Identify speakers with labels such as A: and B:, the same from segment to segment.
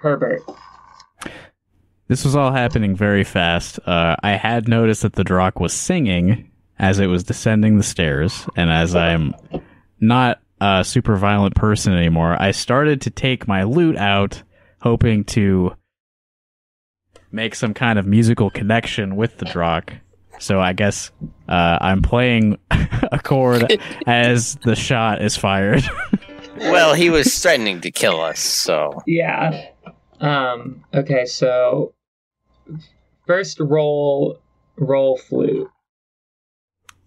A: Herbert.
B: This was all happening very fast. Uh, I had noticed that the Drock was singing as it was descending the stairs, and as I'm not a super violent person anymore, I started to take my lute out, hoping to make some kind of musical connection with the Drock. So I guess uh, I'm playing a chord as the shot is fired.
C: Well, he was threatening to kill us, so
A: Yeah. Um, okay, so first roll roll flute.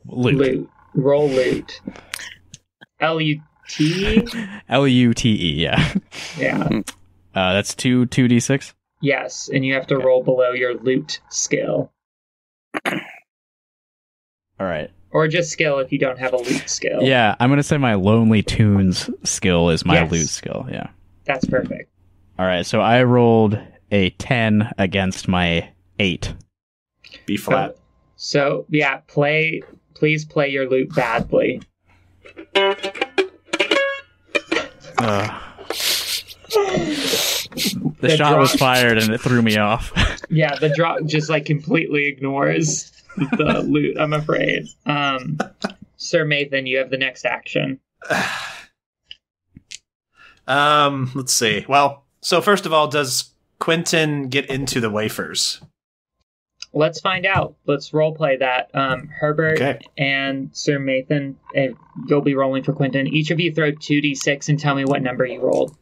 B: Lute.
A: Roll loot. L U T.
B: L U T E, yeah.
A: Yeah.
B: Uh, that's two 2d6.
A: Yes, and you have to roll below your loot skill,
B: All right.
A: or just skill if you don't have a loot skill.
B: Yeah, I'm gonna say my lonely tunes skill is my
A: Yes.
B: loot skill. Yeah.
A: That's perfect.
B: All right, so I rolled a ten against my eight.
D: B flat.
A: So yeah, play. Please play your loot badly.
B: Ugh. the,
A: The
B: shot was
A: drop.
B: fired and it threw me off.
A: Yeah, the drop just like completely ignores the loot. I'm afraid. Um, Sir Mathan, you have the next action.
D: Um, let's see. Well, so first of all, does Quentin get into the wafers?
A: Let's find out. Let's role play that. Um, Herbert
D: Okay.
A: and Sir Mathan, and you'll be rolling for Quentin. Each of you throw two d6 and tell me what number you rolled.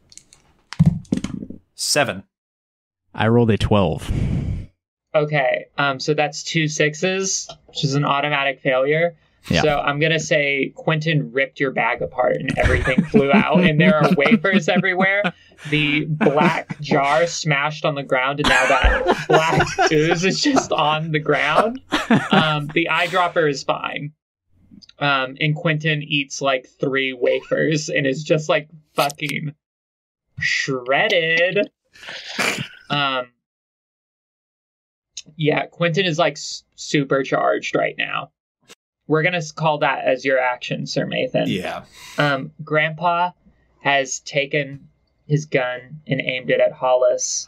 D: Seven.
B: I rolled a twelve.
A: Okay, um, so that's two sixes, which is an automatic failure.
B: Yeah.
A: So I'm gonna say Quentin ripped your bag apart and everything flew out, and there are wafers everywhere. The black jar smashed on the ground, and now that black ooze is just on the ground. Um, the eyedropper is fine, um, and Quentin eats like three wafers and is just like fucking shredded. Um, yeah, Quentin is like s- supercharged right now. We're gonna s- call that as your action, Sir Mathan.
D: Yeah.
A: Um, Grandpa has taken his gun and aimed it at Hollis,